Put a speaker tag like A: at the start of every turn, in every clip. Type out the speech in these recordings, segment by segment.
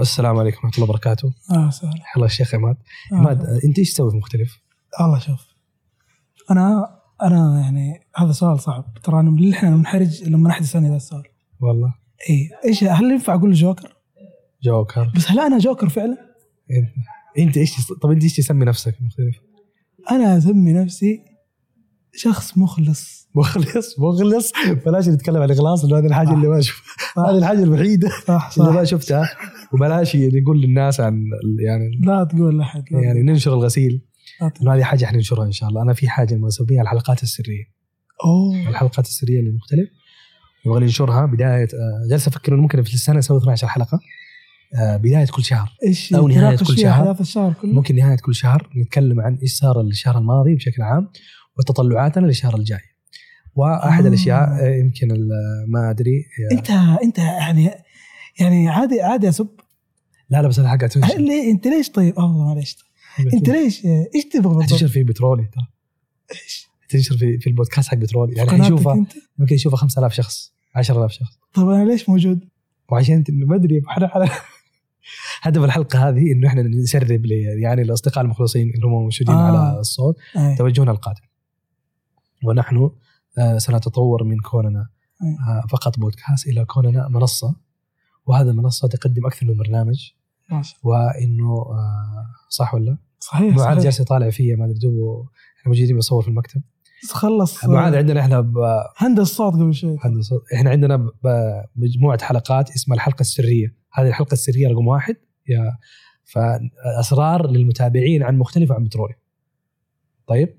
A: السلام عليكم ورحمه الله وبركاته
B: اه سهلا
A: حيا الله الشيخ عماد
B: آه.
A: عماد آه، انت ايش تسوي في مختلف؟
B: الله شوف انا انا يعني هذا سؤال صعب ترى انا من احنا منحرج لما احد يسالني هذا السؤال
A: والله
B: اي ايش هل ينفع اقول جوكر؟
A: جوكر
B: بس هل انا جوكر فعلا؟
A: انت انت ايش تس- طب انت ايش تسمي نفسك في مختلف؟
B: انا اسمي نفسي شخص مخلص
A: مخلص مخلص بلاش نتكلم عن الاخلاص لانه هذه الحاجه اللي ما اشوفها هذه الحاجه الوحيده
B: صح
A: اللي
B: صح
A: ما شفتها وبلاش يعني نقول للناس عن ال- يعني
B: لا تقول لاحد لا
A: يعني ننشر الغسيل
B: لا تقول.
A: انه هذه حاجه حننشرها ان شاء الله انا في حاجه مسويها الحلقات السريه
B: اوه
A: الحلقات السريه اللي مختلف نبغى ننشرها بدايه آه، جالس افكر انه ممكن في السنه اسوي 12 حلقه آه، بدايه كل شهر
B: ايش
A: أو نهاية
B: تناقش
A: كل
B: فيها
A: شهر.
B: احداث الشهر كله
A: ممكن نهايه كل شهر نتكلم عن ايش صار الشهر الماضي بشكل عام وتطلعاتنا للشهر الجاي. واحد
B: آه.
A: الاشياء آه، يمكن ال- ما ادري
B: انت انت يعني يعني عادي عادي اسب
A: لا لا بس هذا حق
B: هل-
A: تنشر
B: ليه انت ليش طيب اه معلش انت ليش ايش تبغى بالضبط؟
A: تنشر في بترولي ترى
B: إيش؟
A: تنشر في في البودكاست حق بترولي يعني
B: قناتك
A: حيشوفها
B: انت؟
A: يمكن يشوفها 5000 شخص 10000 شخص
B: طب انا ليش موجود؟
A: وعشان ت- ما ادري احنا على- هدف الحلقه هذه انه احنا نسرب ل- يعني الاصدقاء المخلصين اللي هم موجودين
B: آه.
A: على الصوت
B: أي.
A: توجهنا القادم ونحن آه، سنتطور من كوننا
B: أي.
A: آه، فقط بودكاست الى كوننا منصه وهذه المنصه تقدم اكثر من برنامج
B: ما شاء الله.
A: وانه آه، صح ولا؟
B: صحيح
A: معاذ
B: صحيح
A: جالس يطالع فيا ما ادري دوبه احنا موجودين بنصور في المكتب
B: خلص
A: معاذ عندنا احنا ب-
B: هندس صوت آه، قبل شوي
A: هندسة- احنا عندنا ب- مجموعه حلقات اسمها الحلقه السريه هذه الحلقه السريه رقم واحد يا فاسرار للمتابعين عن مختلفه عن بترولي طيب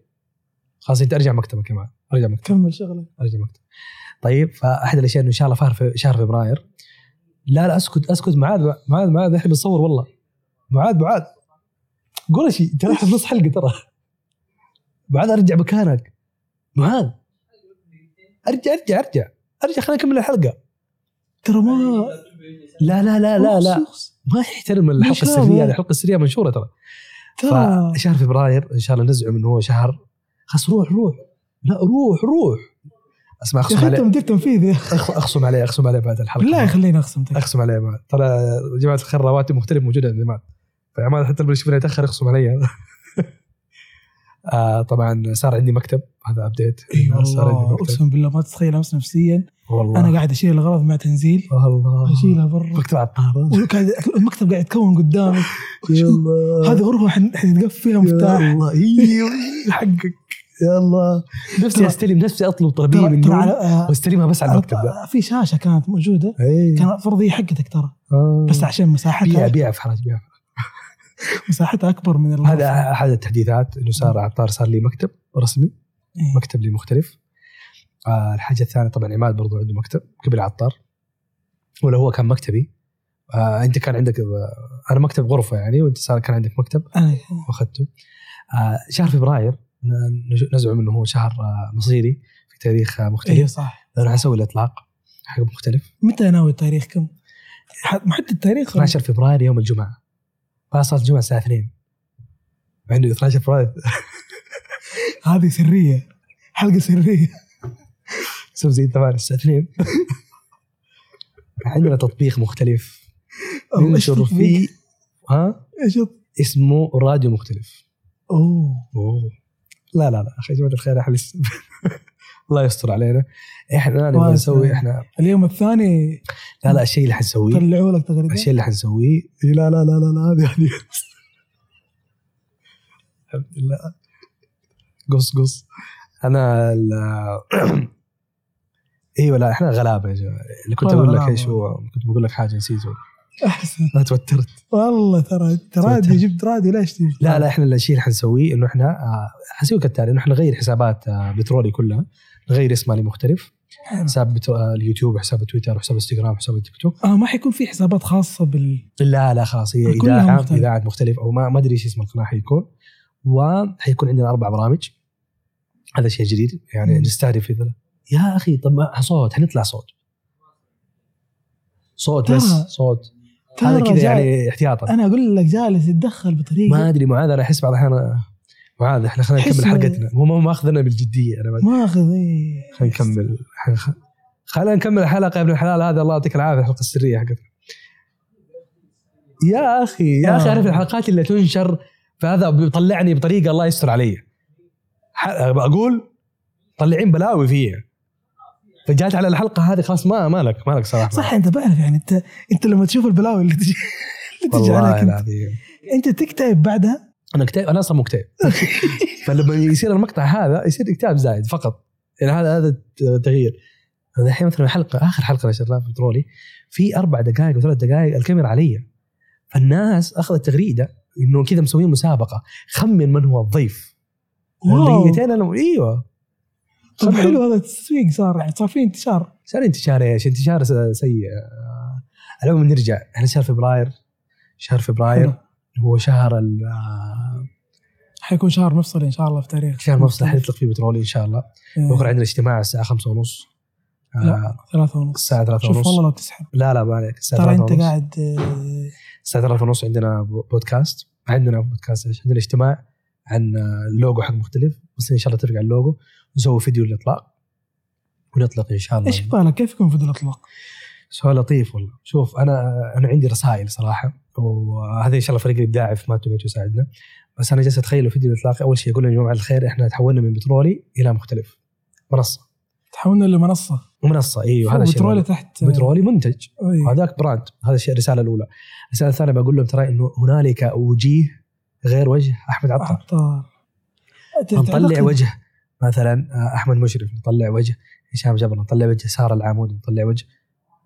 A: خلاص انت ارجع مكتبك يا معاذ ارجع مكتبك
B: كمل شغلك
A: ارجع المكتب طيب فاحد الاشياء انه ان شاء الله شهر في شهر فبراير لا لا اسكت اسكت معاذ معاذ معاذ احنا بنصور والله معاذ معاذ قول شيء ترى احنا في نص حلقه ترى معاذ ارجع مكانك معاذ ارجع ارجع ارجع ارجع خلينا نكمل الحلقه
B: ترى ما
A: لا لا لا لا لا
B: أخص.
A: ما يحترم الحلقه
B: ليش لا؟
A: السريه هذه الحلقه السريه منشوره ترى
B: ترى
A: فشهر فبراير ان شاء الله نزعم انه هو شهر خلاص روح روح لا روح روح اسمع
B: يا
A: اخصم
B: اخي
A: عليه
B: انت مديك تنفيذ يا أخي.
A: أخ- اخصم عليه اخصم عليه بعد الحلقه
B: بالله يخليني اقسم تك.
A: اخصم عليه بعد ترى يا جماعه الخير رواتب مختلف موجوده عند عماد فعماد حتى لما يشوفني اتاخر يخصم علي آه طبعا صار عندي مكتب هذا ابديت
B: اي
A: صار عندي
B: والله
A: مكتب
B: اقسم بالله ما تتخيل امس نفسيا
A: والله
B: انا قاعد اشيل الغرض مع تنزيل
A: والله
B: اشيلها برا
A: مكتب على الطهارة
B: وقاعد المكتب قاعد يتكون قدامي شوف، هذه غرفه حن- حتتقفل فيها مفتاح
A: يلا ايوه حقك يلا نفسي
B: ترى-
A: استلم نفسي اطلب طلبيه
B: ترى
A: من
B: ترى على
A: دول
B: آه،
A: واستلمها بس على
B: على-
A: المكتب ده
B: آه، في شاشه كانت موجوده
A: إيه.
B: كان المفروض هي حقتك ترى
A: آه.
B: بس عشان
A: بيع
B: مساحتها
A: بيع في حرج بيع
B: مساحتها اكبر من الغرفة.
A: هذا احد التحديثات انه صار عطار صار لي مكتب رسمي
B: إيه.
A: مكتب لي مختلف آه الحاجه الثانيه طبعا عماد برضو عنده مكتب قبل عطار ولا هو كان مكتبي آه انت كان عندك آه، انا مكتب غرفه يعني وانت صار كان عندك مكتب
B: انا
A: واخذته آه شهر فبراير ن- نج- نزعم انه هو شهر آه مصيري في تاريخ آه،
B: ايوه
A: مختلف
B: صح
A: لانه حنسوي الاطلاق حق مختلف
B: متى ناوي التاريخ كم؟ ح- محدد التاريخ
A: 12 فبراير يوم الجمعه بعد صلاه الجمعه الساعه 2 عنده 12 فبراير
B: هذه سريه حلقه سريه
A: سوي زي ثمان اثنين عندنا تطبيق مختلف
B: الله إيش
A: ننشر
B: التطبيق؟
A: فيه ها
B: ايش الت-
A: اسمه راديو مختلف
B: اوه
A: أوه. لا لا لا اخي يا جماعه الخير احنا لسه الله يستر علينا احنا
B: الله
A: نبغى
B: يستر.
A: نسوي احنا
B: اليوم الثاني
A: لا لا الشيء اللي حنسويه
B: طلعوا لك تغريده
A: الشيء اللي حنسويه لا لا لا لا لا هذه هذه الحمد لله قص قص انا ال- ايوه لا احنا غلابه يا جماعه اللي كنت
B: والله
A: اقول لك
B: غلابة.
A: ايش هو كنت بقول لك حاجه نسيت والله.
B: احسن
A: انا توترت
B: والله ترى ترادي جبت رادي ليش تجيب
A: لا لا احنا الشيء اللي حنسويه انه احنا آه، حنسوي كالتالي انه احنا نغير حسابات آه، بترولي كلها نغير اسمها لمختلف
B: حلو.
A: حساب بترو- آه، اليوتيوب حساب تويتر حساب انستغرام حساب تيك توك
B: اه ما حيكون في حسابات خاصه بال
A: لا لا خلاص هي
B: كلها
A: اذاعه
B: مختلفة.
A: اذاعه مختلف او ما ما ادري ايش اسم القناه حيكون وحيكون عندنا اربع برامج هذا شيء جديد يعني
B: مم.
A: نستهدف في ذا. يا اخي طب ما صوت حنطلع صوت صوت بس
B: ترى-
A: صوت هذا
B: ترى
A: كذا
B: جاي-
A: يعني احتياطا
B: انا اقول لك جالس يتدخل
A: ما
B: بطريقه
A: ادري معاذ انا احس بعض الاحيان معاذ احنا خلينا
B: إيه. أحس-
A: نكمل حلقتنا هو ما ماخذنا بالجديه انا ما
B: ما اخذ إيه.
A: خلينا نكمل حنخ- خلينا نكمل الحلقه يا ابن الحلال هذا الله يعطيك العافيه الحلقه السريه حقتنا يا اخي يا اخي
B: آه.
A: عارف الحلقات اللي تنشر فهذا بيطلعني بطريقه الله يستر علي ح- اقول طلعين بلاوي فيها فجات على الحلقه هذه خلاص ما مالك مالك صراحه
B: صح انت بعرف يعني انت انت لما تشوف البلاوي اللي تجي اللي تجي
A: والله
B: عليك انت,
A: العظيم
B: انت تكتئب بعدها
A: انا اكتئب انا اصلا مكتئب فلما يصير المقطع هذا يصير اكتئاب زايد فقط يعني هذا هذا التغيير الحين مثلا الحلقه اخر حلقه نشرناها في بترولي في اربع دقائق وثلاث دقائق الكاميرا علي فالناس اخذت تغريده انه كذا مسويين مسابقه خمن من هو الضيف
B: واو.
A: دقيقتين انا ايوه
B: طب
A: خمن.
B: حلو هذا التسويق صار يعني صار في انتشار
A: صار انتشار ايش؟ انتشار س- سيء آه، على العموم نرجع احنا شهر فبراير شهر فبراير
B: حلو.
A: هو شهر ال- آه،
B: حيكون شهر مفصلي ان شاء الله في تاريخ إيه.
A: شهر مفصل حنطلق فيه بترولي ان شاء الله بكره عندنا اجتماع الساعه 5 ونص
B: لا. ثلاثة ونص
A: الساعه 3
B: شوف والله
A: ونص
B: لو تسحب
A: لا لا ما عليك الساعه
B: ترى
A: 3
B: انت
A: ونص
B: قاعد آه،
A: الساعه 3 ونص عندنا بو- بودكاست عندنا بودكاست ايش عندنا اجتماع عن آه، اللوجو حق مختلف بس ان شاء الله ترجع اللوجو نسوي فيديو للاطلاق ونطلق ان شاء الله
B: ايش في بالك كيف يكون فيديو الاطلاق؟
A: سؤال لطيف والله شوف انا انا عندي رسائل صراحه وهذا ان شاء الله فريق الابداعي في ماتوميت يساعدنا بس انا جالس اتخيل الفيديو الاطلاقي اول شيء اقول لهم يا جماعه الخير احنا تحولنا من بترولي الى مختلف منصه
B: تحولنا لمنصه
A: منصه ايوه هذا
B: فوق
A: الشيء
B: بترولي تحت
A: بترولي منتج
B: أي.
A: وهذاك براند هذا الشيء الرساله الاولى الرساله الثانيه بقول لهم ترى انه هنالك وجيه غير وجه احمد
B: آه.
A: عطار
B: عطار
A: نطلع
B: تعتقد-
A: وجه مثلا آه، احمد مشرف نطلع وجه هشام جبر نطلع وجه ساره العامودي نطلع وجه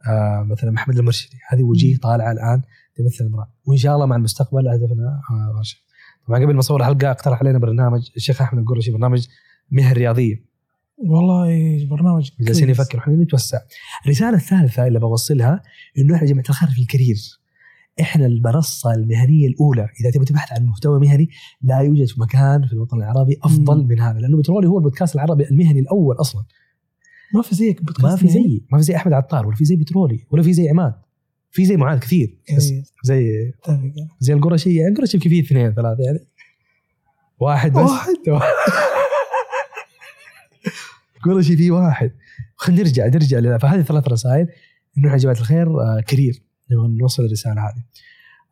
A: آه، مثلا محمد المرشدي هذه وجيه
B: مم.
A: طالعه الان تمثل المراه وان شاء الله مع المستقبل هدفنا آه، ورشة. طبعا قبل ما اصور الحلقه اقترح علينا برنامج الشيخ احمد القرشي برنامج مهن رياضيه
B: والله برنامج
A: جالسين
B: كويس.
A: يفكروا احنا نتوسع الرساله الثالثه اللي بوصلها انه احنا جماعه الخير في الكرير احنا المنصه المهنيه الاولى اذا تبي تبحث عن محتوى مهني لا يوجد مكان في الوطن العربي افضل
B: مم.
A: من هذا لانه بترولي هو البودكاست العربي المهني الاول اصلا
B: ما في زيك بودكاست
A: ما في
B: نهائي.
A: زي ما في زي احمد عطار ولا في زي بترولي ولا في زي عماد في زي معاذ كثير بس
B: إيه،
A: زي
B: اتفق
A: زي القرشي يعني القرشي يمكن فيه اثنين ثلاثه يعني واحد بس
B: واحد
A: كل شيء في واحد خلينا نرجع نرجع لنا فهذه ثلاث رسائل انه يا جماعه الخير آه كرير نبغى نوصل الرساله هذه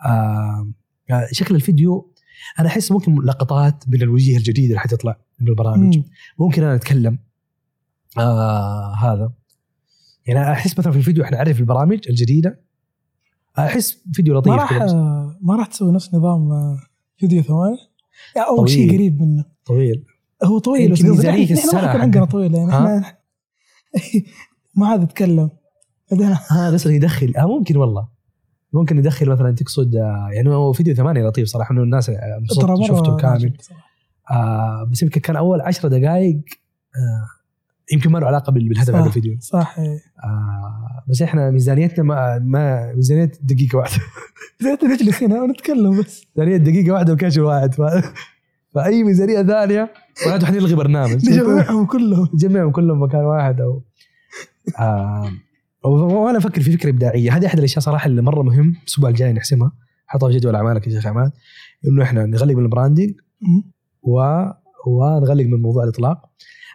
A: آه آه، شكل الفيديو انا احس ممكن لقطات من الوجيه الجديده اللي حتطلع من البرامج
B: مم.
A: ممكن انا اتكلم آه هذا يعني أنا احس مثلا في الفيديو احنا نعرف البرامج الجديده احس فيديو لطيف
B: ما راح آه،
A: كذا بس
B: ما راح تسوي نفس نظام آه، فيديو ثواني يعني او شيء
A: طويل.
B: قريب منه
A: طويل
B: هو طويل بس
A: يمكن
B: قصدي
A: ميزانية
B: إحنا- إحنا ما
A: السنة.
B: يكون عندنا طويل يعني
A: ها؟
B: احنا ما عاد اتكلم بعدين
A: ها بس إنه يدخل آه ممكن والله ممكن يدخل مثلا تقصد آه، يعني هو فيديو ثمانية لطيف صراحه انه الناس آه، انبسطت
B: ترى مرة
A: شفته كامل
B: عجبني صراحة.
A: آه بس يمكن كان اول عشر دقائق آه يمكن ما له علاقه بال- بالهدف
B: صح.
A: هذا الفيديو
B: صح إيه.
A: آه بس احنا ميزانيتنا ما, ما ميزانيه دقيقه واحده
B: زيت نجلس هنا ونتكلم بس
A: ميزانيه دقيقه واحده وكاش واحد ف... فاي ميزانيه ثانيه معناته حنلغي برنامج
B: نجمعهم كلهم
A: نجمعهم كلهم مكان واحد او آه وانا افكر في فكره ابداعيه هذه احد الاشياء صراحه اللي مره مهم الاسبوع الجاي نحسمها حطها في جدول اعمالك يا شيخ عماد انه احنا نغلق من البراندنج
B: مم.
A: و ونغلق من موضوع الاطلاق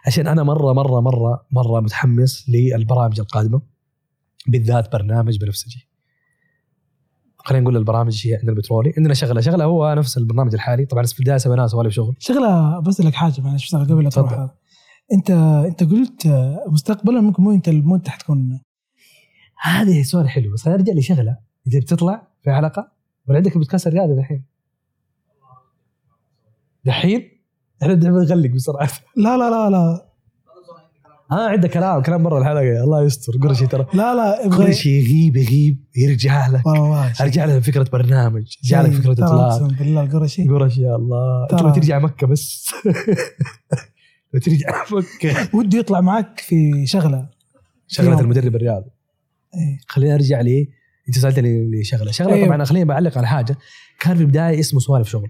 A: عشان انا مره مره مره مره متحمس للبرامج القادمه بالذات برنامج بنفسجي خلينا نقول البرامج هي عندنا البترولي عندنا شغله شغله هو نفس البرنامج الحالي طبعا في البدايه سويناها سوالف شغل
B: شغله بس لك حاجه معلش بس قبل لا تروح
A: تفضل.
B: هذا. انت انت قلت آه، مستقبلا ممكن مو انت مو انت حتكون
A: هذه سؤال حلو بس ارجع لشغله اذا بتطلع في حلقه ولا عندك بودكاست الرياضه دحين دحين احنا بدنا نغلق بسرعه
B: لا لا لا لا
A: ها عندك كلام كلام برا الحلقه الله يستر قرشي ترى
B: لا لا ابغى
A: قرشي يغيب يغيب يرجع لك
B: والله
A: ارجع لك فكره برنامج ارجع لك فكره
B: إيه، ترى
A: اطلاق
B: اقسم بالله القرشي
A: قرش يا الله
B: ترى.
A: تبغى ترجع مكه بس لو ترجع مكه
B: وده يطلع معك في شغله
A: شغله
B: يلا.
A: المدرب الرياضي
B: إيه.
A: خليني ارجع لي انت سالتني لشغله شغله
B: أيوه.
A: طبعا خليني بعلق على حاجه كان في البدايه اسمه سوالف شغل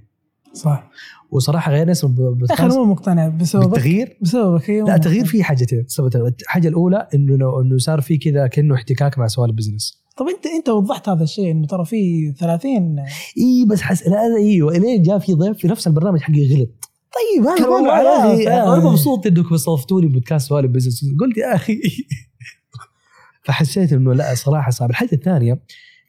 B: صح
A: وصراحه غير اسم
B: يا اخي انا
A: بودكاست
B: مو مقتنع بسببك
A: بالتغيير
B: بسببك إيه، مو
A: لا
B: مقتنع.
A: تغيير فيه حاجتين سبب- الحاجه الاولى انه لو- انه صار في كذا كانه احتكاك مع سوالف بزنس
B: طب انت انت وضحت هذا الشيء انه ترى في 30
A: اي إيه، بس حس لا لا، ايوه ليه جاء في ضيف في نفس البرنامج حقي غلط
B: طيب
A: كان والله آه. يا اخي انا
B: مبسوط
A: مبسوط انكم استضفتوني بودكاست سوالف بزنس قلت يا اخي فحسيت انه لا صراحه صعب الحاجه الثانيه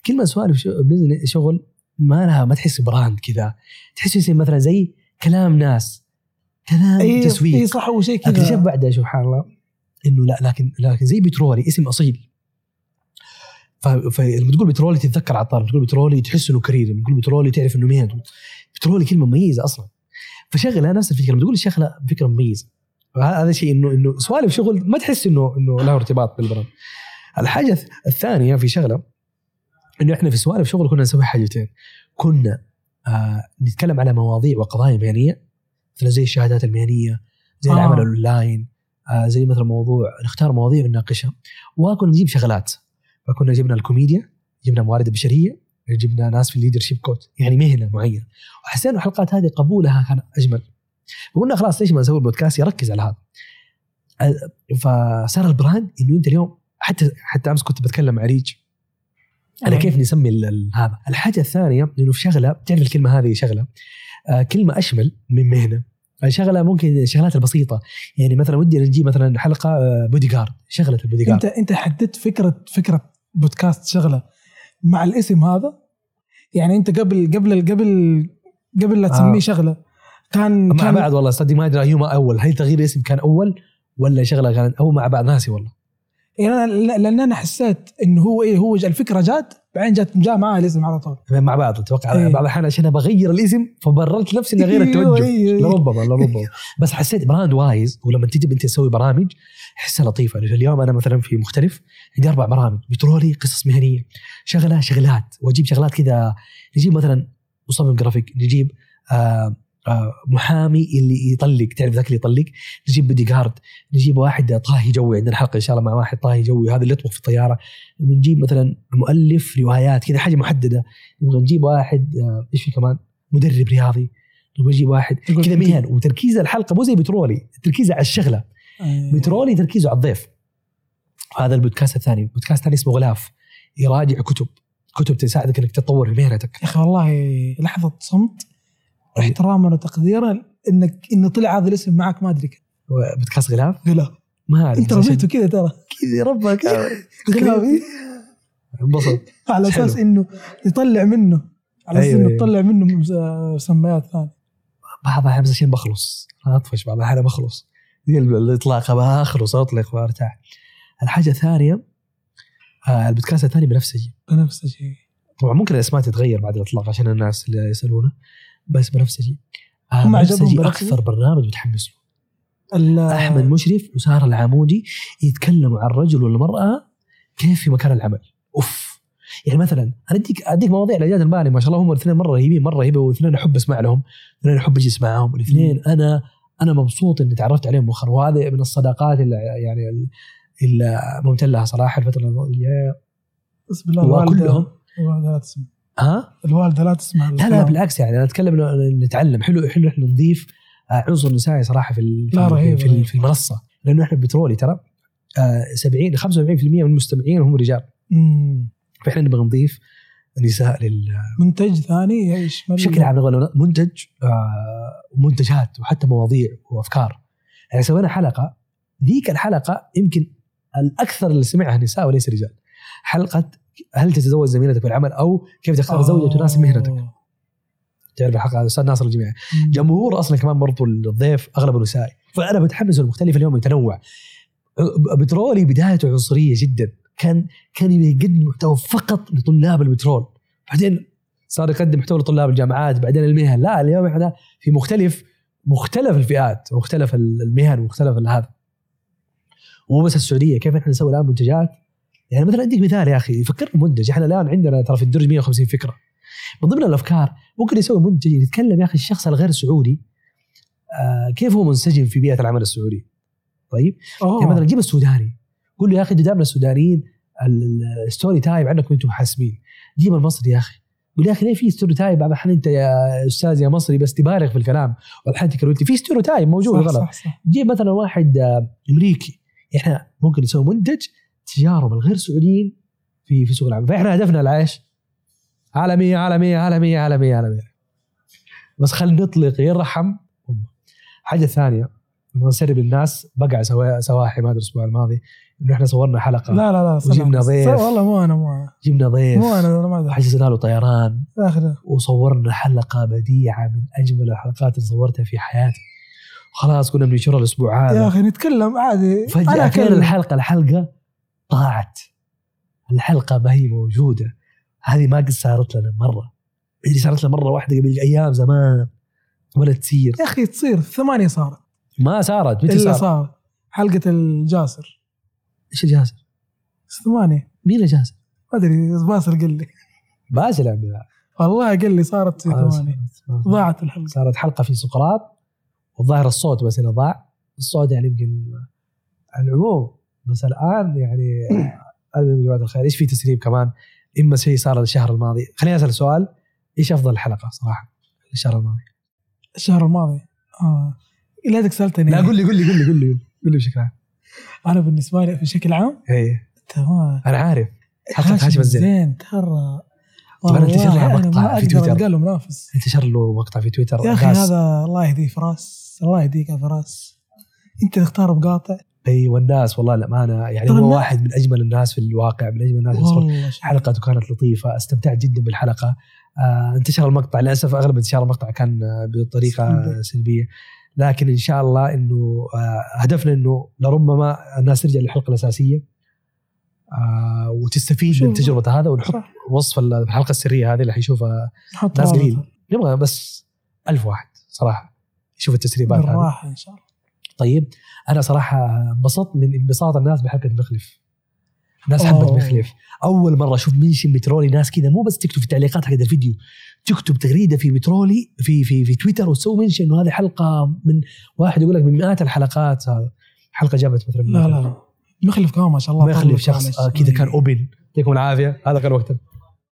A: كلمه سوالف شو- بزنس شغل ما لها ما تحس براند كذا تحس يصير مثلا زي كلام ناس كلام
B: اي اي
A: تسويق
B: إيه، صح هو شيء
A: اكتشفت
B: كذا
A: بعدها سبحان الله انه لا لكن لكن زي بترولي اسم اصيل ف- فلما تقول بترولي تتذكر عطار لما تقول بترولي تحس انه كرير لما تقول بترولي تعرف انه مهنته بترولي كلمه مميزه اصلا فشغله نفس الفكره لما تقول الشغله فكره مميزه فه- هذا شيء انه انه سوالف شغل ما تحس انه انه له ارتباط بالبراند الحاجه الث- الثانيه في شغله انه احنا في سوالف شغل كنا نسوي حاجتين كنا آه نتكلم على مواضيع وقضايا مهنيه مثل زي الشهادات المهنيه زي
B: آه.
A: آه. العمل الاونلاين آه زي مثلا موضوع نختار مواضيع ونناقشها وكنا نجيب شغلات فكنا جبنا الكوميديا جبنا موارد بشريه جبنا ناس في الليدرشيب كوت يعني مهنه معينه وحسينا إنه الحلقات هذه قبولها كان اجمل فقلنا خلاص ليش ما نسوي البودكاست يركز على هذا آه، فصار البراند انه انت اليوم حتى حتى امس كنت بتكلم مع ريج انا كيف نسمي ال- ال- هذا الحاجه الثانيه انه في شغله تعرف الكلمه هذه شغله آه كلمه اشمل من مهنه شغله ممكن الشغلات البسيطه يعني مثلا ودي نجيب مثلا حلقه آه، بودي جارد شغله البودي جارد
B: انت انت حددت فكره فكره بودكاست شغله مع الاسم هذا يعني انت قبل قبل قبل قبل لا
A: آه.
B: تسميه شغله كان
A: مع
B: كان
A: بعض والله صدق ما ادري ايهما اول هل تغيير الاسم كان اول ولا شغله كانت او مع بعض ناسي والله
B: يعني انا لا- لان انا حسيت انه هو ايه هو الفكره جات بعدين جات جاء معها الاسم على طول
A: مع بعض اتوقع
B: إيه.
A: إيه. بعض الاحيان عشان بغير الاسم فبررت نفسي اني اغير
B: أيوه،
A: التوجه
B: أيوه، أيوه.
A: لربما لربما إيه. بس حسيت براند وايز ولما تجي انت تسوي برامج احسها لطيفه يعني اليوم انا مثلا في مختلف عندي اربع برامج بترولي قصص مهنيه شغله شغلات واجيب شغلات كذا نجيب مثلا مصمم جرافيك نجيب آه آه محامي اللي يطلق تعرف ذاك اللي يطلق نجيب بودي جارد نجيب واحد طاهي جوي عندنا حلقه ان شاء الله مع واحد طاهي جوي هذا اللي يطبخ في الطياره بنجيب مثلا مؤلف روايات كذا حاجه محدده نبغى نجيب واحد آه، ايش في كمان مدرب رياضي نبغى نجيب واحد
B: يقول
A: كذا
B: بدي-
A: مهن وتركيز الحلقه مو زي بترولي تركيزه على الشغله
B: أيوه.
A: بترولي تركيزه على الضيف هذا البودكاست الثاني البودكاست الثاني اسمه غلاف يراجع كتب كتب تساعدك انك تتطور في مهنتك
B: يا اخي والله لحظه صمت
A: أيوه.
B: احتراما وتقديرا انك انه طلع هذا الاسم معك ما ادري كيف
A: بودكاست غلاف
B: غلا
A: ما اعرف
B: انت
A: عشان
B: رميته كذا ترى
A: كذا ربك
B: غلا
A: انبسط
B: على اساس
A: حلو.
B: انه يطلع منه على اساس
A: أيوه،
B: انه
A: أيوه.
B: تطلع منه مس- مسميات ثانيه
A: بعض الاحيان بس عشان بخلص أنا اطفش بعض الاحيان بخلص زي ال- الاطلاق أبغى اخلص اطلق وارتاح الحاجه الثانيه آه البودكاست الثاني بنفسجي
B: بنفسجي
A: طبعا ممكن الاسماء تتغير بعد الاطلاق عشان الناس اللي يسالونه بس بنفسجي آه
B: هم عجبهم
A: بنفسجي
B: بنفسجي؟
A: اكثر برنامج متحمس له
B: ال-
A: احمد مشرف وساره العامودي يتكلموا عن الرجل والمراه كيف في مكان العمل اوف يعني مثلا انا اديك اديك مواضيع لجاد البالي ما شاء الله هم الاثنين مره رهيبين مره رهيبه والاثنين احب اسمع لهم الاثنين احب اجلس معاهم الاثنين انا انا مبسوط اني تعرفت عليهم مؤخرا وهذا من الصداقات اللي يعني ال- اللي ممتن لها صراحه الفتره الماضيه
B: بسم الله الوالدة-
A: وكلهم
B: الوالده لا تسمع
A: ها
B: الوالده لا تسمع
A: لا لا بالعكس يعني انا اتكلم إنه نتعلم حلو حلو احنا نضيف آه، عنصر نسائي صراحه في ال- في,
B: لا، رهيب،
A: ال- في,
B: رهيب.
A: ال- في المنصه لانه احنا بترولي ترى آه، 70 75% من المستمعين هم رجال
B: مم.
A: فاحنا نبغى نضيف نساء لل
B: منتج ثاني يشمل
A: بشكل عام نبغى منتج آه، منتجات وحتى مواضيع وافكار يعني سوينا حلقه ذيك الحلقه يمكن الاكثر اللي سمعها نساء وليس رجال حلقه هل تتزوج زميلتك بالعمل او كيف تختار زوجه تناسب مهنتك
B: آه.
A: تعرف الحلقه هذا الاستاذ ناصر الجميعي جمهور اصلا كمان برضو الضيف اغلبه نسائي فانا متحمس المختلف اليوم يتنوع بترولي بدايته عنصريه جدا كان كان يقدم محتوى فقط لطلاب البترول بعدين صار يقدم محتوى لطلاب الجامعات بعدين المهن لا اليوم احنا في مختلف مختلف الفئات مختلف المهن ومختلف هذا ومو بس السعوديه كيف احنا نسوي الان منتجات يعني مثلا اديك مثال يا اخي فكر في منتج احنا الان عندنا ترى في الدرج 150 فكره من ضمن الافكار ممكن يسوي منتج يتكلم يا اخي الشخص الغير سعودي آه كيف هو منسجم في بيئه العمل السعودي طيب
B: أوه.
A: يعني مثلا جيب السوداني قول له يا اخي دامنا السودانيين ال- الستوري تايب عندكم انتم حاسمين جيب المصري يا اخي قول يا اخي ليه في ستوري تايب بعض الاحيان انت يا استاذ يا مصري بس تبالغ في الكلام والحين تكروتي في ستوري تايب موجود
B: صح,
A: غلط
B: صح, صح.
A: جيب مثلا واحد آه، امريكي احنا ممكن نسوي منتج تجارب الغير سعوديين في في سوق العمل فاحنا هدفنا العيش عالميه عالميه عالميه عالميه عالميه بس خلينا نطلق يرحم امه حاجه ثانيه نبغى نسرب الناس بقع سوا- سواحي ما ادري الاسبوع الماضي انه احنا صورنا حلقه
B: لا لا لا سلام.
A: وجبنا ضيف.
B: لا، والله مو انا مو انا
A: جبنا ضيف
B: مو انا أنا ما أدري.
A: حجزنا له طيران
B: اخر
A: وصورنا حلقه بديعه من اجمل الحلقات اللي صورتها في حياتي وخلاص كنا بننشرها الاسبوع
B: يا
A: هذا
B: اخي نتكلم عادي
A: فجاه كان
B: أكلم.
A: الحلقه الحلقه ضاعت الحلقه ما هي موجوده هذه ما قد صارت لنا مره اللي صارت لنا مره واحده قبل ايام زمان ولا تصير
B: يا اخي تصير ثمانيه صارت
A: ما صارت متى
B: الا
A: صارت؟
B: صار حلقه الجاسر
A: ايش الجاسر؟
B: ثمانيه
A: مين الجاسر؟
B: ما ادري باسل قال لي
A: باسل عبد الله
B: والله قال لي صارت في
A: آه،
B: ثمانيه
A: صارت-
B: ضاعت الحلقه
A: صارت حلقه في سقراط والظاهر الصوت بس اللي ضاع الصوت يعني يمكن على العموم بس الان يعني المهم يا جماعه الخير ايش في تسريب كمان اما شيء صار الشهر الماضي خليني اسال سؤال ايش افضل حلقه صراحه الشهر الماضي
B: الشهر الماضي اه لا دك سالتني
A: لا قول لي قول لي قول لي قول لي قول لي بشكل عام
B: انا بالنسبه لي بشكل عام
A: اي
B: تمام
A: انا إيه. عارف حلقة هاشم الزين.
B: زين ترى
A: طبعاً
B: والله
A: انتشر لها
B: أنا
A: مقطع
B: ما
A: في
B: أقدر
A: تويتر.
B: ألقى له منافس
A: انتشر له مقطع في تويتر
B: يا اخي
A: ناس-
B: هذا الله يهديه فراس الله يهديك يا فراس انت تختار مقاطع
A: اي إيه، والناس والله الامانه يعني
B: ترى
A: هو
B: الناس-
A: واحد من اجمل الناس في الواقع من اجمل الناس اللي
B: والله شيء.
A: حلقته كانت لطيفه استمتعت جدا بالحلقه آه انتشر المقطع للاسف اغلب انتشار المقطع كان آه، بطريقه
B: سلبي.
A: سلبيه لكن ان شاء الله انه آه هدفنا انه لربما الناس ترجع للحلقه الاساسيه آه وتستفيد
B: شوف.
A: من تجربه هذا ونحط
B: صح
A: وصف ال- الحلقه السريه هذه اللي حيشوفها
B: نحط
A: ناس
B: رابط.
A: قليل نبغى بس ألف واحد صراحه يشوف التسريبات هذه
B: بالراحه ان شاء الله
A: طيب انا صراحه انبسطت من انبساط الناس بحلقه مخلف الناس
B: أوه.
A: حبت مخلف اول مره اشوف منشن مترولي ناس كذا مو بس تكتب في التعليقات حق الفيديو تكتب تغريده في مترولي في في في تويتر وتسوي منشن انه هذه حلقه من واحد يقول لك من مئات الحلقات هذا حلقه جابت مثلا
B: لا لا مخلف كمان ما شاء الله
A: مخلف
B: طلع
A: شخص
B: معلش.
A: آه، كذا كان اوبن يعطيكم العافيه هذا كان وقتنا